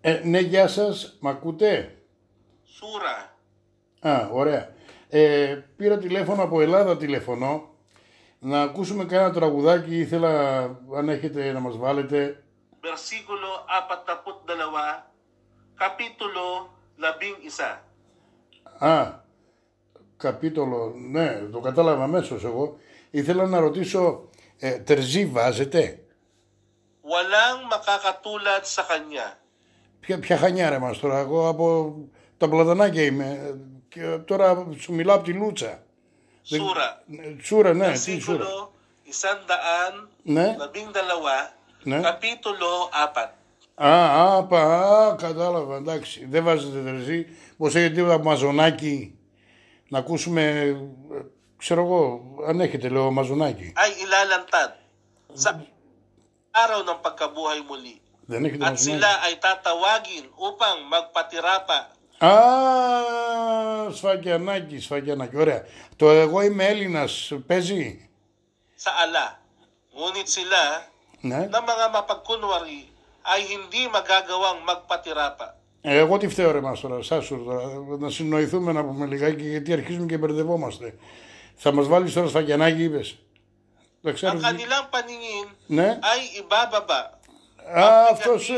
Ε, ναι, γεια σας. Μ' ακούτε? Σούρα. Α, ωραία. Ε, πήρα τηλέφωνο από Ελλάδα τηλεφωνώ. Να ακούσουμε κανένα τραγουδάκι. Ήθελα, αν έχετε, να μας βάλετε. Versikulo 42, Kapitulo 11. Α, καπίτολο. Ναι, το κατάλαβα αμέσως εγώ. Ήθελα να ρωτήσω, ε, τερζή βάζετε. Walang makakatulad sa kanya. Ποια, ποια χανιάρα μας τώρα. Εγώ από τα πλατανάκια είμαι. Ε, Και τώρα σου μιλάω από τη Λούτσα. Δεν- Sura. Ε, Τσούρα, ναι, τι τσούρα. Versikulo 100, Ναι. labing dalawa, Ναι. Kapitulo 4. Α, α, πα, α, κατάλαβα, εντάξει. Δεν βάζετε τερζή. Πως έχετε τίποτα από μαζονάκι. Να ακούσουμε, ε, ξέρω εγώ, αν έχετε, λέω, μαζονάκι. Ay ilalantad sa araw ng pagkabuhay muli. Δεν έχετε At μαζονάκι. sila ay tatawagin upang magpatirapa. Α, σφαγιανάκι, σφαγιανάκι, ωραία. Το εγώ είμαι Έλληνας, παίζει. sa ala. Ngunit sila Ναι. na mga mapagkunwari ay hindi magagawang magpatirapa. Ε, Εγώ τι φταίω ρε μας τώρα, σας σου τώρα, να συνοηθούμε να πούμε λιγάκι γιατί αρχίζουμε και μπερδευόμαστε. Θα μας βάλεις τώρα σφαγιανάκι είπες. Το ξέρω. Ang kanilang paningin Ναι. ay ibababa. Α, αυτός, ε,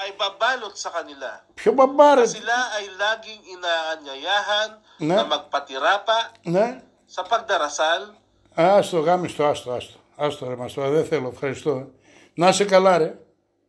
Pagdating ay babalot sa kanila. πιο μπαμπάρε. Sila ay laging inaanyayahan Ναι. na magpatirapa Ναι. sa pagdarasal, Άστο, γάμιστο, άστο, άστο. Άστο ρε μας τώρα, δεν θέλω, ευχαριστώ. Να είσαι καλά ρε.